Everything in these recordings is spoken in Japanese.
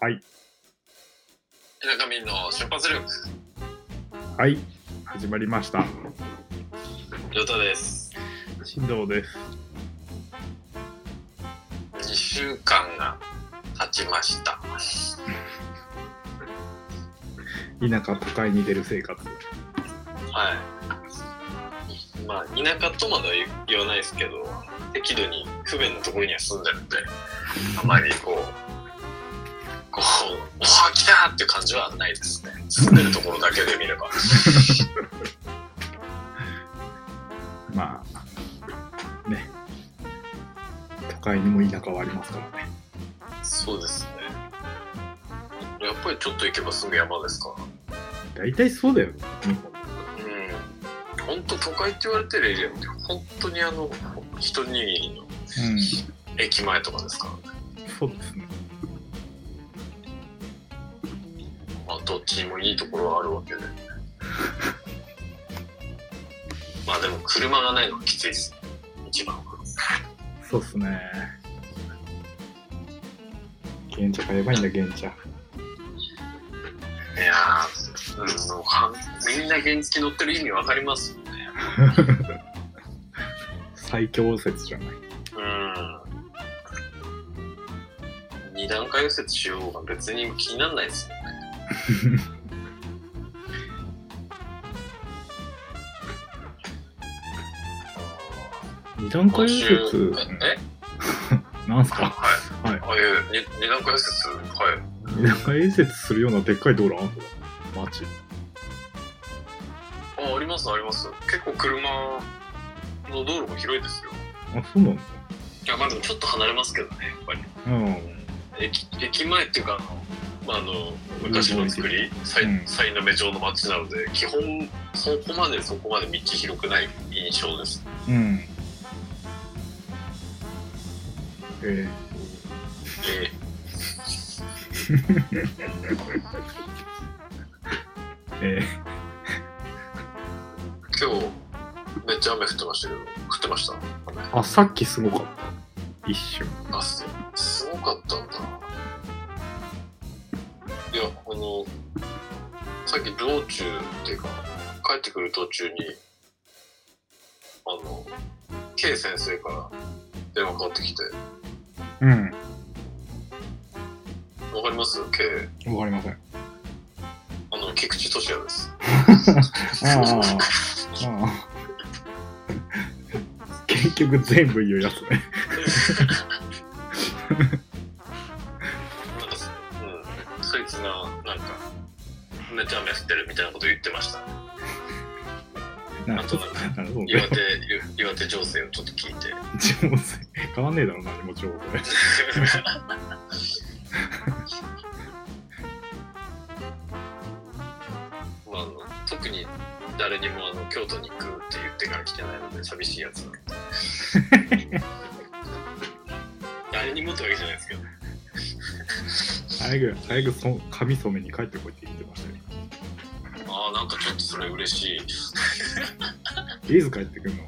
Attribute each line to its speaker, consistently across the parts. Speaker 1: はい。
Speaker 2: 田舎民の出発力、
Speaker 1: はい。始まりました。
Speaker 2: りょうたです。
Speaker 1: 進藤です。
Speaker 2: 2週間が経ちました。
Speaker 1: 田舎都会に出る生活。
Speaker 2: はい。まあ、田舎とまでは言わないですけど、適度に不便なところには住んでるんで、あまりこう、こう、おは来たっていう感じはないですね。住んでるところだけで見れば。
Speaker 1: まあ、ね。都会にも田舎はありますからね。
Speaker 2: そうですね。やっぱりちょっと行けばすぐ山ですから。
Speaker 1: 大体そうだよ。
Speaker 2: うん。本当都会って言われてるエリアって、本当にあの、一握りの
Speaker 1: う
Speaker 2: 駅前とかですからね。
Speaker 1: ん。そうですね。
Speaker 2: まあ、どっちにもいいところはあるわけで。 まあでも車がないのはきついです。一番は。
Speaker 1: そうっすね。原茶買えばいいんだ、原茶。
Speaker 2: いやー、うん、もうはみんな原付乗ってる意味わかりますよね。
Speaker 1: 最強説じゃない。
Speaker 2: うん。二段階右折しようが別に気にならないですよね。
Speaker 1: 二段階
Speaker 2: 今
Speaker 1: 右
Speaker 2: 週、
Speaker 1: 折。
Speaker 2: え
Speaker 1: なんすか
Speaker 2: はい。
Speaker 1: はい
Speaker 2: あ、いえ、に二段階右折、
Speaker 1: 二
Speaker 2: はい。
Speaker 1: 段階右折するようなでっかい道路あんのマジ。
Speaker 2: あ、あります、あります。結構車の道路も広いですよ。
Speaker 1: あ、そうなの
Speaker 2: いや、まあでもちょっと離れますけどね、やっぱり。
Speaker 1: うん。
Speaker 2: 駅駅前っていうか、あのまあ、あの昔の作り、さい
Speaker 1: うん
Speaker 2: さいの目状の街なので、基本、そこまでそこまで道広くない印象です。
Speaker 1: うん。え ー、
Speaker 2: え
Speaker 1: え
Speaker 2: 今日、めっちゃ雨降ってましたけど、降ってました。
Speaker 1: ー、あ、さっきすごかった。一瞬。
Speaker 2: あ、すすごかったんだ。いや、あの、さっき道中っていうか、帰ってくる途中に、あの、K 先生から電話かかってきて、
Speaker 1: うん。
Speaker 2: わかります ?K。
Speaker 1: わかりません。
Speaker 2: あの、菊池俊也です。
Speaker 1: ああ。ああ。結局全部言うやつね。
Speaker 2: なんか、うん、そいつが、なんか、めっちゃ雨降ってるみたいなこと言ってました。
Speaker 1: なる
Speaker 2: あ
Speaker 1: ほ
Speaker 2: と
Speaker 1: ど
Speaker 2: なんか、
Speaker 1: なるほど
Speaker 2: 岩
Speaker 1: ね。
Speaker 2: 手、ゆ岩手情勢をちょっと聞いて。
Speaker 1: 上手。変わんねえだろ、何も上手。
Speaker 2: まあ、あの特に誰にもあの京都に行くって言ってから来てないので寂しいやつなんで誰にもってわけじゃないですけど
Speaker 1: 早く、早くそ髪染めに帰ってこいって言ってましたよ。
Speaker 2: ああなんかちょっとそれ嬉しい
Speaker 1: いつ帰ってくるの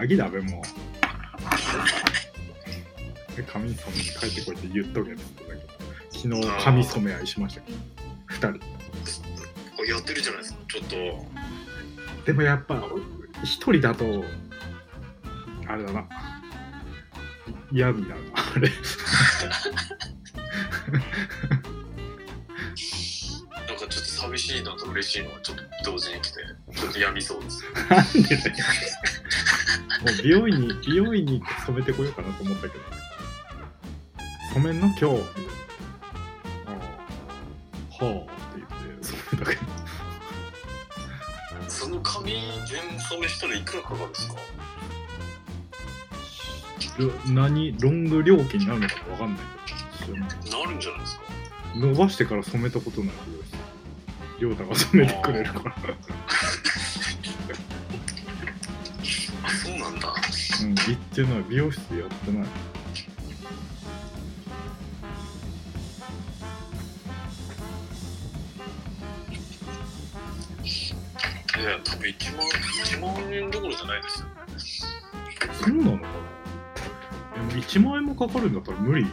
Speaker 1: 秋だべもう。で髪染めに帰ってこいって言っとけって言ってたけど、昨日髪染め合いしましたけど、二人。
Speaker 2: これやってるじゃないですかちょっと
Speaker 1: でもやっぱ、一人だと、あれだな。嫌味だな、あれ。
Speaker 2: なんかちょっと寂しいのと嬉しいのがちょっと同時に来てちょっとやみそうです
Speaker 1: なんでだよ。もう美容院に、美容院に染めてこようかなと思ったけど。染めんの今日。みたいなああはあって言って、染めたけど。
Speaker 2: その髪全染めしたらいくらかかるんですか
Speaker 1: ろ何ロング料金になるのかわかんないけど
Speaker 2: なるんじゃないですか
Speaker 1: 伸ばしてから染めたことないけど亮太が染めてくれるから、
Speaker 2: あそうなんだ
Speaker 1: うん、行ってない美容室やってない
Speaker 2: いや多分1万1万円どころじゃないですよ
Speaker 1: そうなのかなでも1万円もかかるんだったら無理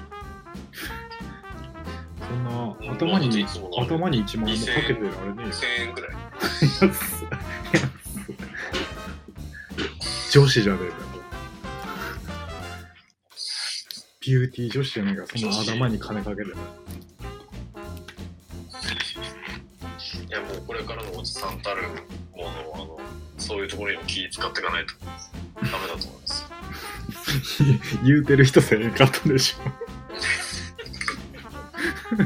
Speaker 1: そんな頭に、
Speaker 2: いつもの
Speaker 1: 頭に1万円もかけてられねえよ。
Speaker 2: 1000円くらい。
Speaker 1: 安っ安っ女子じゃねえかビューティー女子じゃねえかそんな頭に金か けてない
Speaker 2: いやもうこれからのおじさんたるものはあのそういうところにも気使っていかないとダメだと思います。
Speaker 1: 言うてる人1000円買ったでしょ
Speaker 2: 直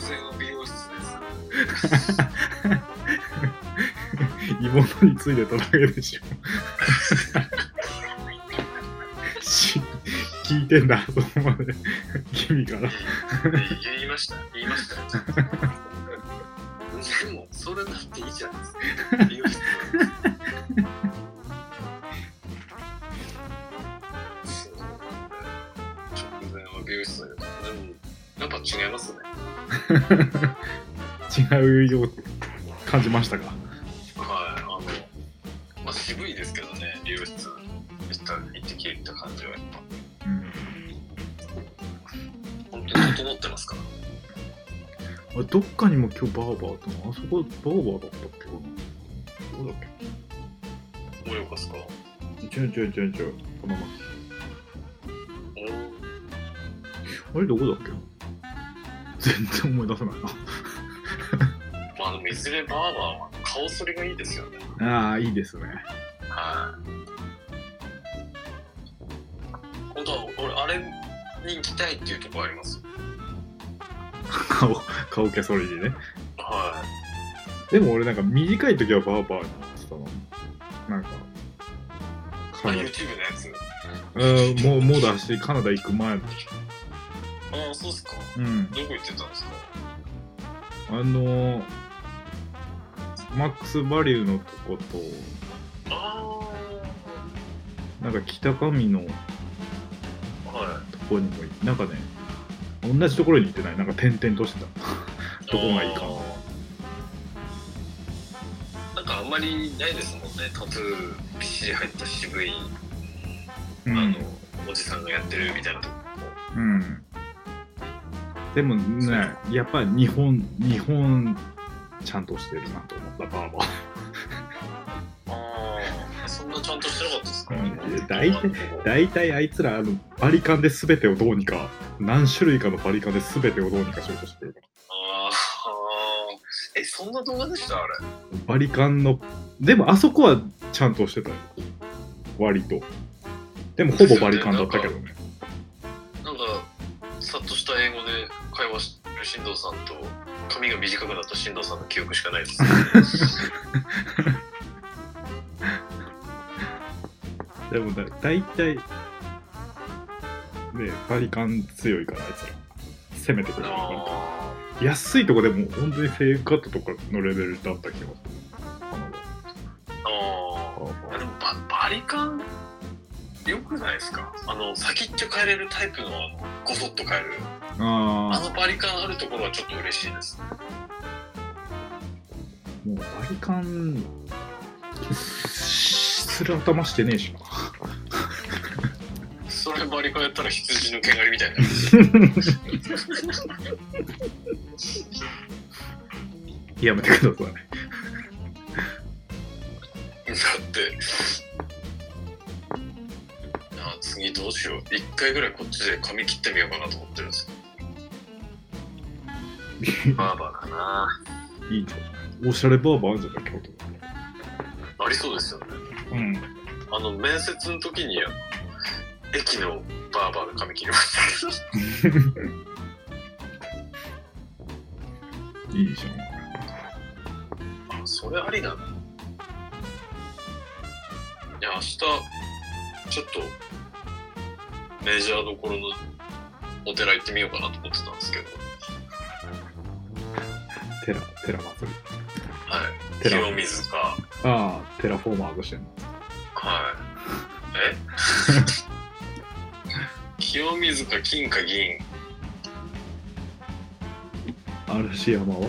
Speaker 2: 前は美容室です。
Speaker 1: 妹についてただけでしょ し聞いてんだそこまで君から
Speaker 2: 言いました言いましたよでもそれだっていいじゃないですか美容室そうなんだよ直前は美容室だけどでもやっぱ違いますね
Speaker 1: 違うよう感じましたか
Speaker 2: はいあのまあ渋いですけどね美容室行った行ってきた感じはやっぱ
Speaker 1: うん
Speaker 2: 本当に整ってますから
Speaker 1: あれどっかにも今日バーバーとあそこバーバーだったっけかなどうだっけ
Speaker 2: 盛岡ですか
Speaker 1: ちょいちょいちょいちょいこのま
Speaker 2: おー
Speaker 1: あれどこだっけ全然思い出せない
Speaker 2: まあでもいずれバーバーは顔剃りがいいですよね
Speaker 1: なああいいですね
Speaker 2: はい。本当は俺あれに行きたいっていうところあります。
Speaker 1: 顔 顔消そりにね
Speaker 2: は
Speaker 1: でも俺なんか短い時はバーバーに行ってたのなんか
Speaker 2: い。
Speaker 1: カ
Speaker 2: あ
Speaker 1: ナダ
Speaker 2: YouTube のやつ。
Speaker 1: うんもうもうだしカナダ行く前の
Speaker 2: ああそうっすか。
Speaker 1: うん
Speaker 2: どこ行ってたんですか。
Speaker 1: あのー、マックスバリューのとこと
Speaker 2: あ
Speaker 1: なんか北上の
Speaker 2: あは
Speaker 1: とこにも行ってなんかね同じところに行ってないなんか転々としてた
Speaker 2: い。
Speaker 1: どこがいいかな
Speaker 2: な。なんかあんまりないですもんね。タトゥーびっしり入った渋い、
Speaker 1: うん
Speaker 2: あのおじさんがやってるみたいなとこ。
Speaker 1: うんでもねやっぱり日本日本ちゃんとしてるなと思ったバーバー
Speaker 2: ああそんなちゃんとしてなかったですか。
Speaker 1: うんいや大体
Speaker 2: ここ
Speaker 1: 大体あいつらあのバリカンで全てをどうにか何種類かのバリカンで全てをどうにかしようとしてくるから
Speaker 2: あーえそんな動画でしたあれ
Speaker 1: バリカンのでもあそこはちゃんとしてたよ割とでもほぼバリカンだったけどね
Speaker 2: なんかさっとした英語で会話してる進藤さんと髪が短くなった進藤さんの記憶しかないです、
Speaker 1: でもだ大体ねバリカン強いからあいつら攻めてくるから
Speaker 2: あ
Speaker 1: 安いとこでも本当にフェイクカットとかのレベルだった気がする。
Speaker 2: ーあーでもババリカンよくないですかあの先っちょ変えれるタイプのあのごそっと変えるあ
Speaker 1: あ
Speaker 2: のバリカンあるところはちょっと嬉しいです
Speaker 1: あ、もうバリカンする頭してねえしな。
Speaker 2: それバリカンやったら羊の毛刈りみたいになる
Speaker 1: やめてください。
Speaker 2: だってあー次どうしよう一回ぐらいこっちで髪切ってみようかなと思ってるんですバーバーかない
Speaker 1: いんじゃないおしゃれバーバーあるんじゃない京
Speaker 2: ありそうですよね。
Speaker 1: 都。うん。
Speaker 2: あの、面接の時に、駅のバーバーで髪切りましたけ
Speaker 1: いいじゃ
Speaker 2: ど。あ、それありだな。いや、明日、ちょっと、メジャーどころのお寺行ってみようかなと思ってたんですけど、
Speaker 1: ん。テラ、テラ祭り。
Speaker 2: はい。
Speaker 1: 寺
Speaker 2: 清水か、
Speaker 1: ああ、テラフォーマーとしてんの。
Speaker 2: はい。え清水か金か銀。
Speaker 1: 嵐山は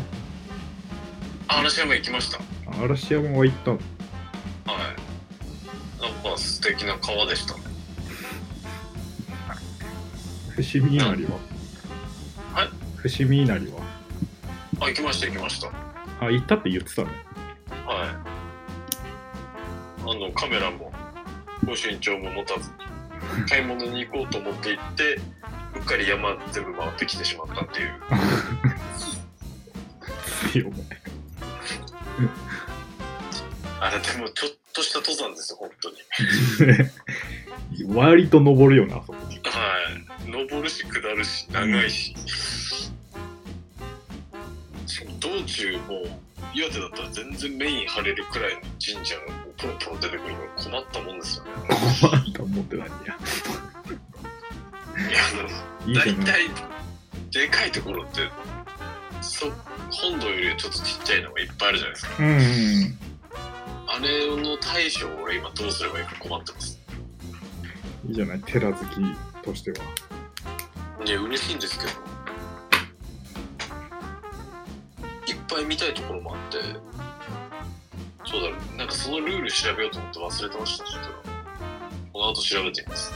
Speaker 2: あ、嵐山行きました。
Speaker 1: 嵐山は行ったの。
Speaker 2: はい。なんか素敵な川でしたね。
Speaker 1: 伏見稲荷は。伏見稲荷は
Speaker 2: あ、行きました、行きました。
Speaker 1: あ行ったって言ってたね
Speaker 2: はい。あの、カメラも、ご身長も持たずに、買い物に行こうと思って行って、うっかり山全部回ってきてしまったっていう。
Speaker 1: いいよお前
Speaker 2: あれ、でもちょっとした登山ですよ、本当に。
Speaker 1: 割と登るよなあそこ
Speaker 2: はい。登るし、下るし、長いし。しかも道中も、岩手だったら全然メイン張れるくらいの神社がこうポロポロ出てくるの困ったもんですよね。
Speaker 1: 困った思ってないんや
Speaker 2: いやあの
Speaker 1: いいじゃ
Speaker 2: 大
Speaker 1: ない
Speaker 2: 体でかいところってそ本土よりちょっとちっちゃいのがいっぱいあるじゃないですか
Speaker 1: うん
Speaker 2: あれの対処を俺今どうすればいいか困ってます
Speaker 1: うんいいじゃない寺好きとしてはい
Speaker 2: や嬉しいんですけどいっぱい見たいところもあってそうだなんかそのルール調べようと思って忘れてましたちょっとこの後調べてみます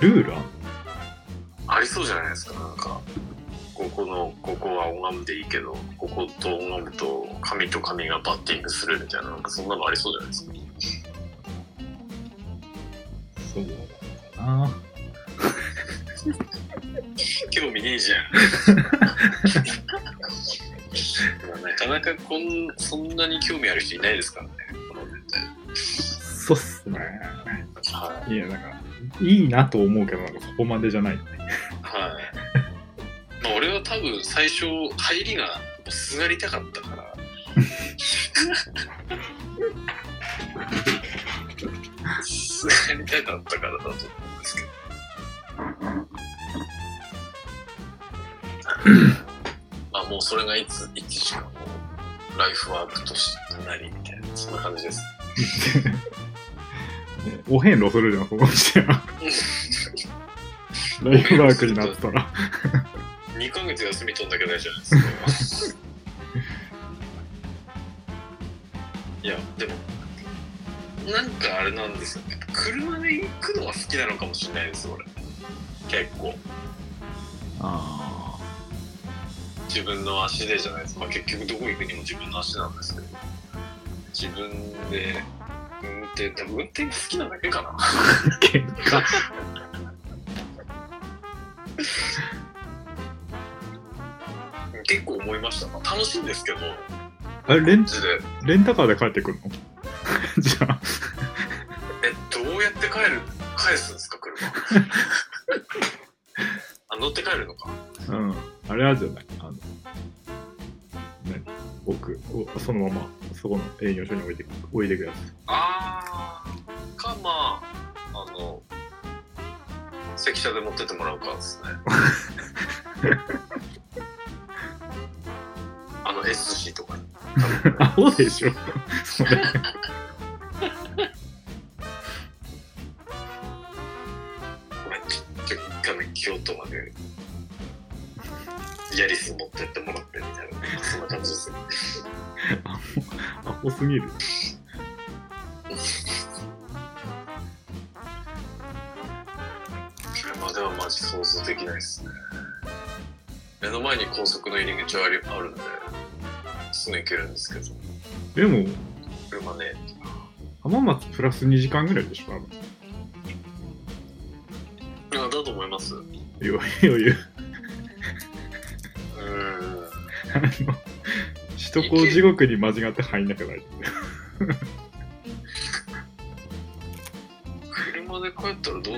Speaker 1: ルールあん
Speaker 2: ありそうじゃないですか、なんか。ここの、ここは拝むでいいけど、ここと拝むと、神と神がバッティングするみたいな、なんかそんなのありそうじゃないですか。
Speaker 1: そうだな
Speaker 2: 興味ねえじゃ ん。なかなかこん、そんなに興味ある人いないですからね、この年代。
Speaker 1: そうっすね
Speaker 2: はい
Speaker 1: やなんかいいなと思うけどなんかそこまでじゃないね
Speaker 2: い。はい。まあ、俺は多分最初、入りが、もうすがりたかったから。すがりたかったからだと思うんですけど。まあもうそれがいつ、いつしかもうライフワークとしてなりみたいな、そんな感じです。
Speaker 1: ねお遍路するじゃんその人はライフワークになったら
Speaker 2: 2ヶ月休み取んだけないじゃないですか。いや、でも、なんかあれなんですよね。車で行くのが好きなのかもしれないです、俺。結構。
Speaker 1: あ
Speaker 2: 自分の足でじゃないですか。まあ、結局どこ行くにも自分の足なんですけど。自分で運転、多分運転が好きなだけかな。
Speaker 1: あ喧嘩
Speaker 2: 結構思いました。まあ、楽しいんですけど、
Speaker 1: あれレン
Speaker 2: マジで。
Speaker 1: レンタカーで帰ってくるの じゃあ
Speaker 2: え、どうやって帰る返すんですか、 車。あ、乗って帰るのか。
Speaker 1: うん、あれあるじゃないあの何僕おそのままそこの営業所に置いて置いてくやつ
Speaker 2: あー、か、まあ、あの、関車で持ってってもらうかです ね。あの SC とかに。
Speaker 1: アホでしょそれ
Speaker 2: ごめん、ちょちょっと画面京都まで。ヤリス持ってってもらってみたいな、そんな感じですね。
Speaker 1: アホすぎる
Speaker 2: 車ではマジ想像できないですね目の前に高速の入り口はありあるんですぐ行けるんですけど
Speaker 1: でも
Speaker 2: 車ね
Speaker 1: 浜松プラス2時間ぐらいでしょ多分
Speaker 2: あだと思いますう
Speaker 1: 余裕余裕
Speaker 2: ーん
Speaker 1: あの首都高地獄に間違って入んなきゃ大丈
Speaker 2: 車で帰ったらどうなるんだろ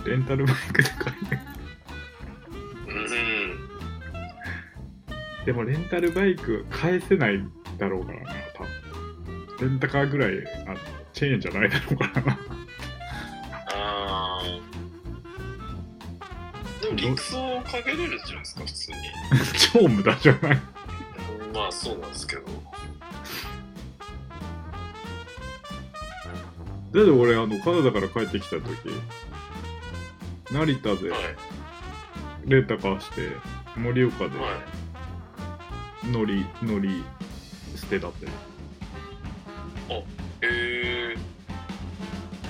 Speaker 1: 夫レンタルバイクで帰る
Speaker 2: ううーん
Speaker 1: でもレンタルバイク返せないだろうからな多分レンタカーぐらいあチェーンじゃないだろうからな
Speaker 2: あーでも陸送かけれるんじゃないですか普通に
Speaker 1: 超無駄じゃない
Speaker 2: まあそうなんですけど
Speaker 1: だって俺あのカナダから帰ってきた時成田で
Speaker 2: はい
Speaker 1: レンタカーして盛岡で
Speaker 2: はい
Speaker 1: 乗り乗り捨てだって
Speaker 2: へえ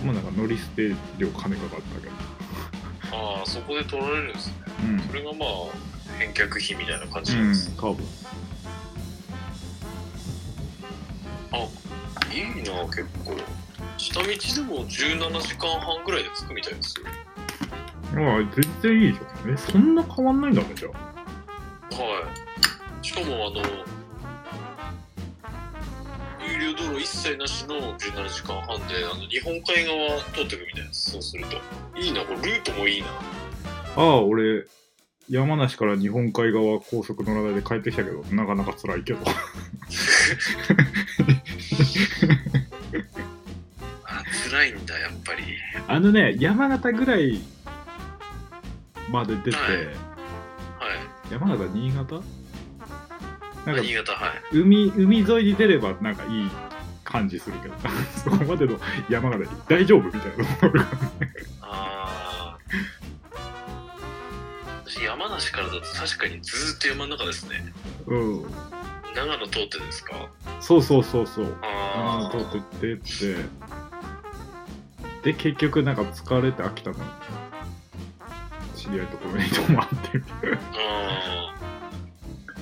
Speaker 1: まあなんか乗り捨て料金かかったけど
Speaker 2: ああそこで取られるんですね
Speaker 1: うん
Speaker 2: それがまあ返却費みたいな感じなんです、
Speaker 1: うん多分
Speaker 2: いいな結構下道でも17時間半ぐらいで着くみたいですよ
Speaker 1: ああ全然いいじゃんえそんな変わんないんだねじゃあ
Speaker 2: はいしかもあの有料道路一切なしの17時間半であの日本海側通ってくみたいですそうするといいなこれルートもいいな
Speaker 1: ああ俺山梨から日本海側高速乗らないで帰ってきたけどなかなか辛いけど
Speaker 2: あ辛いんだやっぱり
Speaker 1: あのね山形ぐらいまで出て、
Speaker 2: はいは
Speaker 1: 山形新潟なんか
Speaker 2: い新潟はい
Speaker 1: 海海沿いに出ればなんかいい感じするけど そこまでの山形に大丈夫みたいな のがあるか
Speaker 2: ああ私山梨からだと確かにずーっと山の中ですね
Speaker 1: らうん
Speaker 2: 長野通ってですか
Speaker 1: そうそうそうそうあ
Speaker 2: あ
Speaker 1: あ通
Speaker 2: ー
Speaker 1: ってってってで結局なんか疲れて飽きたの知り合いところに泊まってみたいな
Speaker 2: あ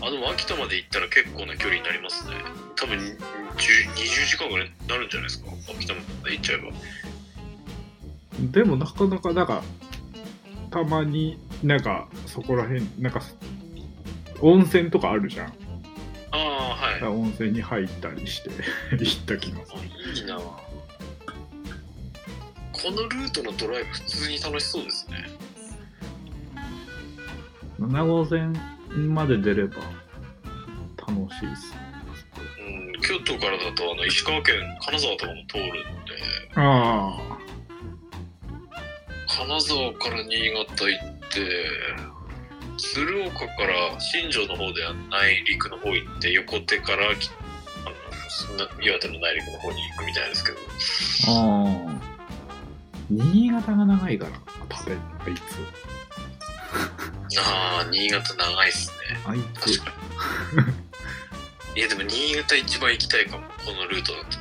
Speaker 2: ーあでも秋田まで行ったら結構な距離になりますね多分10 20時間ぐらいになるんじゃないですか秋田まで行っちゃえば
Speaker 1: でもなかなかなんかたまになんかそこら辺なんか温泉とかあるじゃん
Speaker 2: ああはい
Speaker 1: 温泉に入ったりして 行った気がする
Speaker 2: あいいなこのルートのドライブ普通に楽しそうですね
Speaker 1: 7号線まで出れば楽しいです
Speaker 2: うん京都からだとあの石川県金沢とかも通るんで
Speaker 1: あ
Speaker 2: 金沢から新潟行って鶴岡から新庄の方では内陸の方行って横手からきあのな岩手の内陸の方に行くみたいですけど
Speaker 1: ああ新潟が長いから食べあいつ
Speaker 2: ああ新潟長いっすね
Speaker 1: あいつ
Speaker 2: 確かにいやでも新潟一番行きたいかもこのルートだと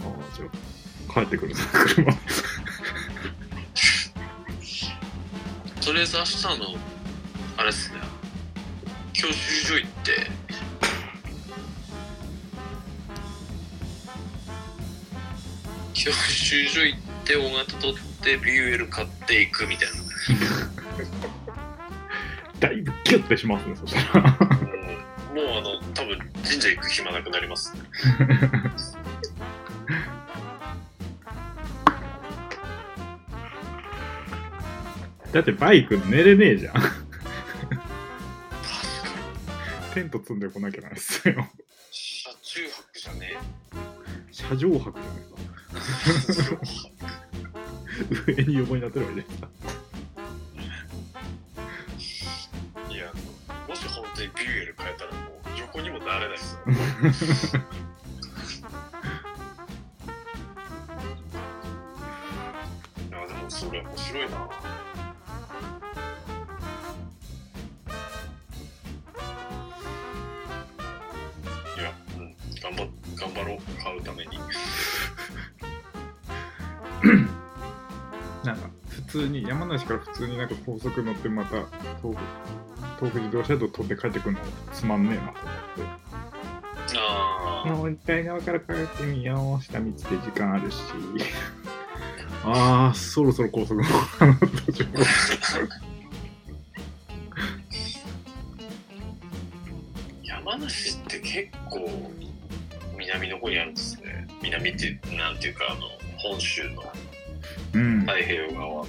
Speaker 1: ああじゃあ帰ってくるぞ車
Speaker 2: とりあえず明日のあれっすね教習所行って教習所行って大型取ってビューエル買っていくみたいな
Speaker 1: だいぶギュッてしますねそしたら
Speaker 2: もうもうあの多分神社行く暇なくなりますね
Speaker 1: だってバイク寝れねえじゃんテント積んでこなきゃなんですよ
Speaker 2: 車中泊じゃね
Speaker 1: 車上泊じゃない か上に横になってるわけで
Speaker 2: えいやもし本当にビューエル買えたらもう横にもなれないですよいやでもそれ面白いなぁいやうん頑張っ頑張ろう買うために
Speaker 1: なんか普通に山梨から普通になんか高速乗ってまた東北東北自動車道通って帰ってくるのつまんねえなと思
Speaker 2: あ
Speaker 1: ってもう一回側から帰ってみよう下道で時間あるしあーそろそろ高速乗ろうかなとちょっと
Speaker 2: 山梨って結構南の方にあるんですね南ってなんていうかあの本州の
Speaker 1: うん、
Speaker 2: 太平洋側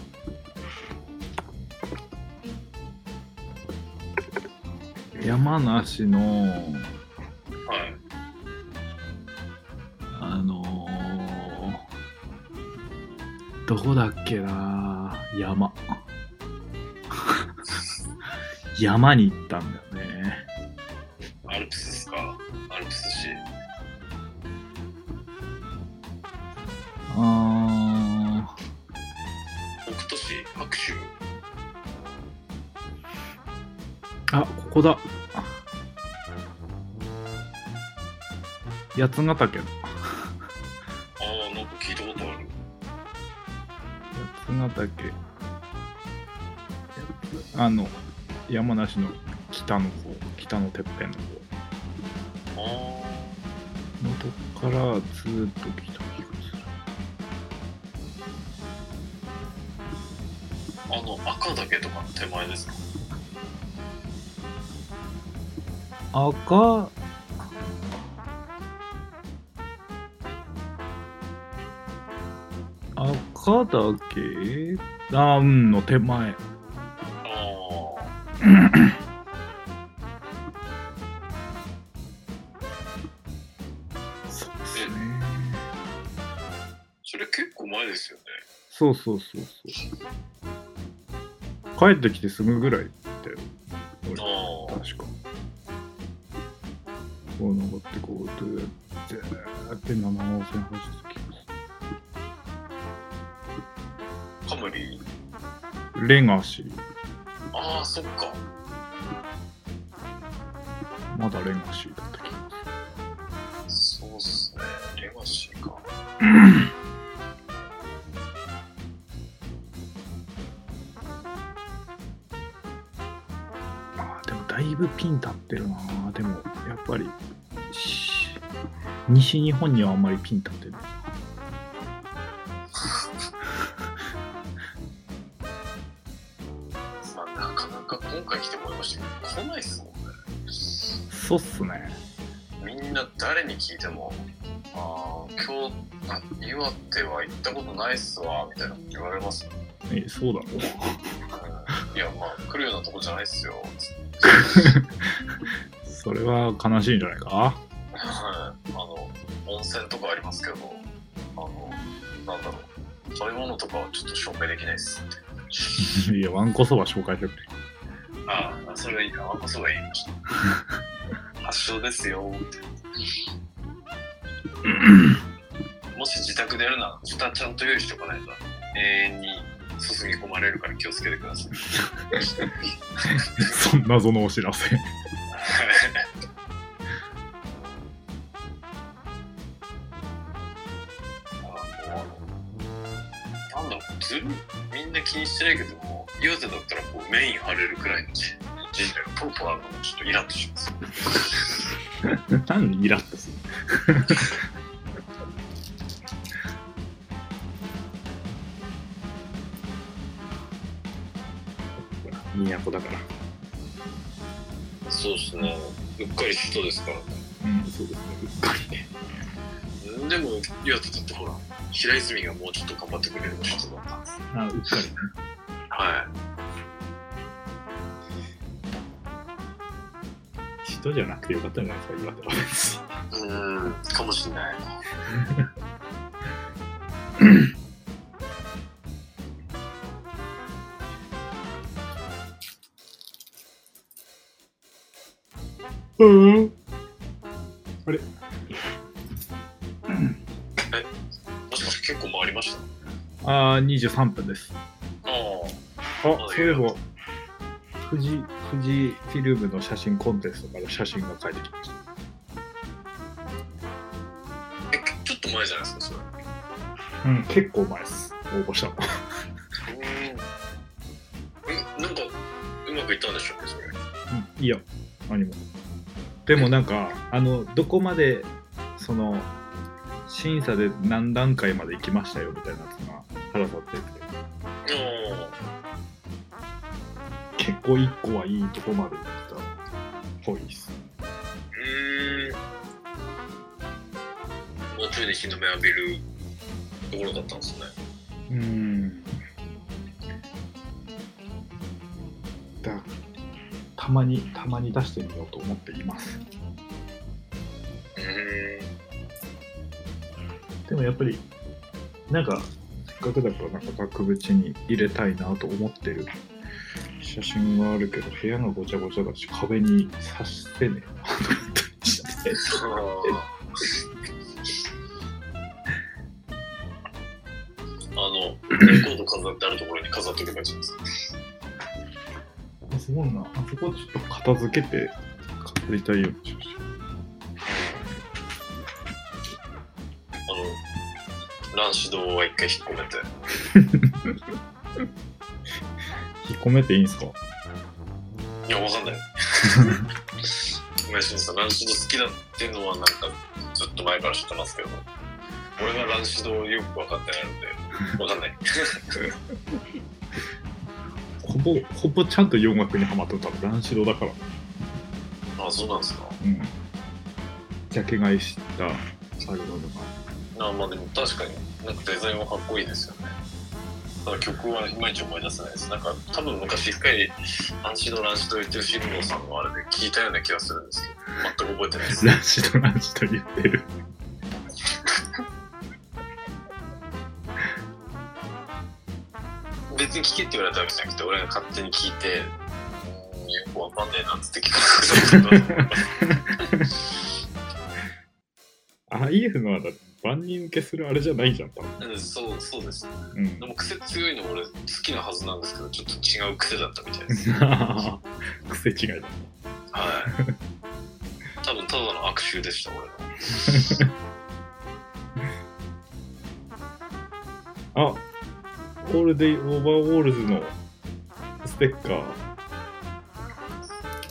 Speaker 1: 山梨の
Speaker 2: はい
Speaker 1: あのーどこだっけな山 山に行ったんだよね
Speaker 2: アルプスですかアルプス市
Speaker 1: あ
Speaker 2: 北斗市白州
Speaker 1: ーあここだ八ヶ岳
Speaker 2: ああ
Speaker 1: なんだっけあの山梨の北の方北のてっぺんの方
Speaker 2: お
Speaker 1: のとこからずーっと来た気がする
Speaker 2: あの赤岳とかの手前ですか
Speaker 1: 赤赤だけダウンの手前
Speaker 2: ああ
Speaker 1: そう
Speaker 2: す
Speaker 1: ね
Speaker 2: それ結構前ですよね
Speaker 1: そうそうそうそう帰ってきてすぐぐらいだよ俺
Speaker 2: ああ
Speaker 1: 確かこう登ってこうずーってずーって7号線走ってきま
Speaker 2: カムリ
Speaker 1: すレガシー
Speaker 2: ああそっか
Speaker 1: まだレガシーだった気が
Speaker 2: そうっすねレガシーか
Speaker 1: あーでもだいぶピン立ってるなでもやっぱりし西日本にはあんまりピン立ってない
Speaker 2: まあなかなか今回来てもらいましたけど来ないっすもんね
Speaker 1: そうっすね
Speaker 2: みんな誰に聞いても「ああ今日あ岩手は行ったことないっすわ」みたいなこと言われますもん
Speaker 1: えそうだろう
Speaker 2: いやまあ来るようなとこじゃないっすよつって
Speaker 1: それは悲しいんじゃないか
Speaker 2: はいあの温泉とかありますけどあのなんだろう食べ物とかはちょっと紹介できないっすって
Speaker 1: いやわんこそば紹介してくれ
Speaker 2: ああそれはいいなあそれはい いちょっと発症ですよってもし自宅でやるなら蓋ちゃんと用意しておかないと永遠に注ぎ込まれるから気をつけてく ださい
Speaker 1: そんな謎のお知らせ
Speaker 2: あもうなんだろうずるみんな気にしてないけども岩手だったらこうメイン張れるくらいの人事がポロポロあるのもちょっとイラッとします
Speaker 1: 何イラッとする 都だから
Speaker 2: そうですねうっかりしそうですから
Speaker 1: うんそうですねうっかりね
Speaker 2: でも岩手だってほら平泉がもうちょっと頑張ってくれる人だったんです
Speaker 1: あうっかりね
Speaker 2: は
Speaker 1: 人じゃなくてよかったんじゃないですか岩手は
Speaker 2: いうんかもしれない
Speaker 1: うんあれ
Speaker 2: もしかして結構回りました
Speaker 1: あー23分です
Speaker 2: ああ
Speaker 1: あそういえば富士富士フィルムの写真コンテストから写真が返ってきました
Speaker 2: えちょっと前じゃないですかそれ
Speaker 1: うん結構前です応募したの
Speaker 2: えなんかうまくいったんでしょうねそれ
Speaker 1: いいよ何もでもなんかあのどこまでその審査で何段階まで行きましたよみたいなやつが腹立ってて
Speaker 2: あ
Speaker 1: 結構一個はいいとこまで行ったっぽいです
Speaker 2: あうんもうちょいで日の目浴びるところだったんですね
Speaker 1: うんだたまにたまに出してみようと思っています
Speaker 2: うん
Speaker 1: でもやっぱりなんかせっかくだからなんか額縁に入れたいなと思ってる写真はあるけど部屋がごちゃごちゃだし壁に刺してねえなと思ったりして
Speaker 2: あのレコード飾ってあるところに飾っておけばいいじゃないですか
Speaker 1: あすごいなあそこちょっと片付けて飾りたいようにしまし
Speaker 2: あの、乱視堂は一回引っ込めて
Speaker 1: 引っ込めていいんすか
Speaker 2: いやわかんないごめんしさん乱視堂好きだっていうのはなんかずっと前から知ってますけど俺が乱視堂よく分かってないのでわかんない
Speaker 1: ほぼほぼちゃんと洋楽にはまっとったの乱視堂だから
Speaker 2: あそうなんですか
Speaker 1: うんジャケ買いしたサイドロードが
Speaker 2: あまあでも確かになんかデザインはかっこいいですよねただ曲はいまいち思い出せないですなんか多分昔一回乱視堂乱視堂言ってる新藤さんのあれで聞いたような気がするんですけど全く覚えてないです
Speaker 1: 乱視堂乱視堂言ってる
Speaker 2: 別に聞けって言われたわけじゃなくて俺が勝手に聞いてうーんよくわかんねえなっつって聞かなくなった
Speaker 1: ああいうのはだって万人受けするあれじゃないじゃん多分
Speaker 2: うんそうそうです
Speaker 1: うん
Speaker 2: でも癖強いの俺好きなはずなんですけどちょっと違う癖だったみたい です
Speaker 1: 癖違いだ
Speaker 2: はい多分ただの悪臭でした俺の
Speaker 1: あオールデイオーバーウォールズのステッカー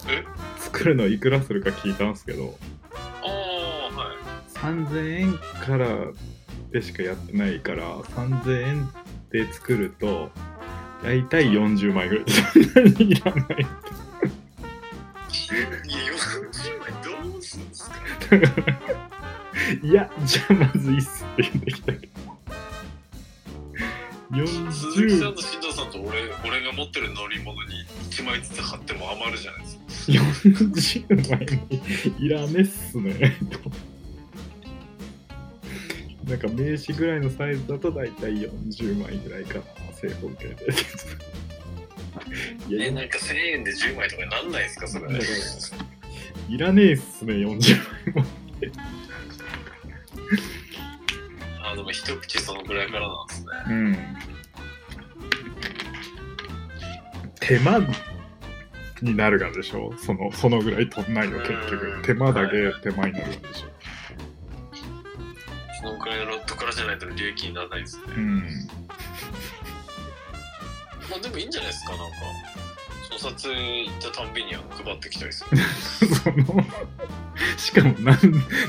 Speaker 2: え
Speaker 1: 作るのいくらするか聞いたんですけど
Speaker 2: ああはい
Speaker 1: 3000円からでしかやってないから3000円で作ると大体40枚ぐらいそんなにいらない
Speaker 2: いや40枚どうすんですか
Speaker 1: いやじゃあまずいいっすって言ってきたけど
Speaker 2: 鈴木さ
Speaker 1: 40
Speaker 2: んと新藤さんと俺俺が持ってる乗り物に1枚ずつ貼っても余るじゃないですか
Speaker 1: 40枚もいらねっすねなんか名刺ぐらいのサイズだと大体40枚ぐらいかな正方形でいやい
Speaker 2: え
Speaker 1: や
Speaker 2: なんか1000円で10枚とかなんないですかそれ
Speaker 1: だからいらねえっすね40枚も
Speaker 2: あでも一口そのぐらいからなんですね
Speaker 1: うん手間になるがでしょそのそのぐらい取んないよ結
Speaker 2: う
Speaker 1: 局
Speaker 2: ん
Speaker 1: 手間だけ手間になるがでしょ
Speaker 2: そのくらいのロットからじゃないと利益にならないですね。
Speaker 1: うん
Speaker 2: まあでもいいんじゃないですか、なんか。小札行ったたんびには配ってきたりする。
Speaker 1: その、しかも何、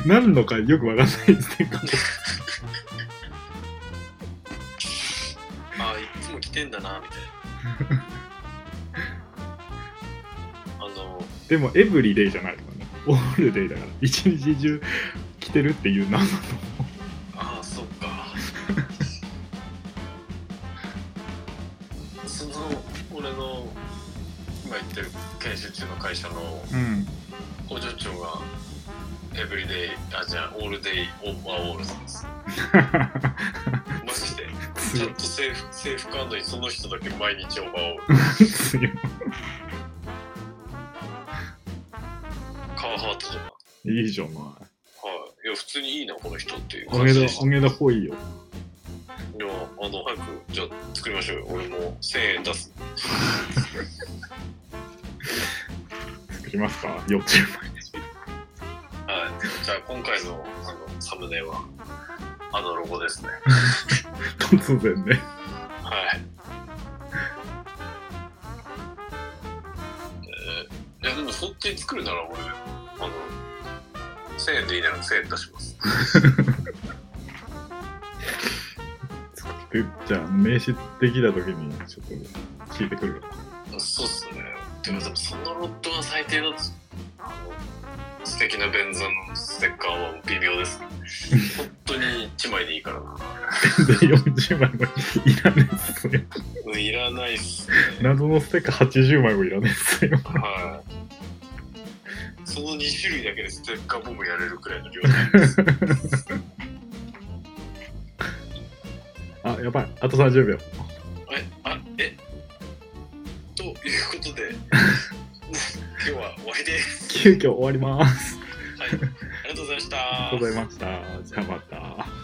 Speaker 1: 何のかよくわかんないですね。
Speaker 2: ああ、いつも来てんだな、みたい な。あの、
Speaker 1: でも、エブリデイじゃないからね。オールデイだから、一日中着てるっていう謎の。
Speaker 2: ああ、そっか。その、俺の今行ってる研修中の会社の
Speaker 1: うん。
Speaker 2: 工場長が、エブリデイ、あ、じゃあ、オールデイ、オーバーオールさんです。マジで。ちゃんと制服制服アンドにその人だけ毎日オーバーオール
Speaker 1: 強い。
Speaker 2: カーハートとか。はい
Speaker 1: いいじゃない。
Speaker 2: いや、普通にいいな、この人っていう
Speaker 1: お
Speaker 2: 感
Speaker 1: げ
Speaker 2: じ
Speaker 1: だ
Speaker 2: で、し
Speaker 1: お
Speaker 2: た。い
Speaker 1: げだっぽいよ。
Speaker 2: や、あの、早く、じゃあ作りましょうよ。俺も1000円出す。
Speaker 1: 作りますか ?40 枚。
Speaker 2: はい。じゃあ、今回のあのサムネは、あのロゴですね。
Speaker 1: 突然ね。
Speaker 2: はい。えーいや、でもそっちに作るなら俺、あの、1000円でいいなら1000円出します。
Speaker 1: 作って、じゃあ、名刺できた時に、ちょっと聞いてくるか
Speaker 2: そうっすね。でも、でもそのロットは最低だと、あの、素敵な便座のステッカーは微妙です、ね。本当に1枚でいいから
Speaker 1: ら。
Speaker 2: な。
Speaker 1: で、40枚もいらねえっすね。
Speaker 2: うんいらないっすね。
Speaker 1: 謎のステッカー80枚もいらねえっすよ。
Speaker 2: はい。その2種類だけでステッカーボムやれるくらいの量です。
Speaker 1: あ、やばい。あと30秒。
Speaker 2: え、あ、え。ということで、今日は終わりです。
Speaker 1: 急遽終わります。
Speaker 2: はい。ありがとうございました。
Speaker 1: ありがとうございました。じゃあまた。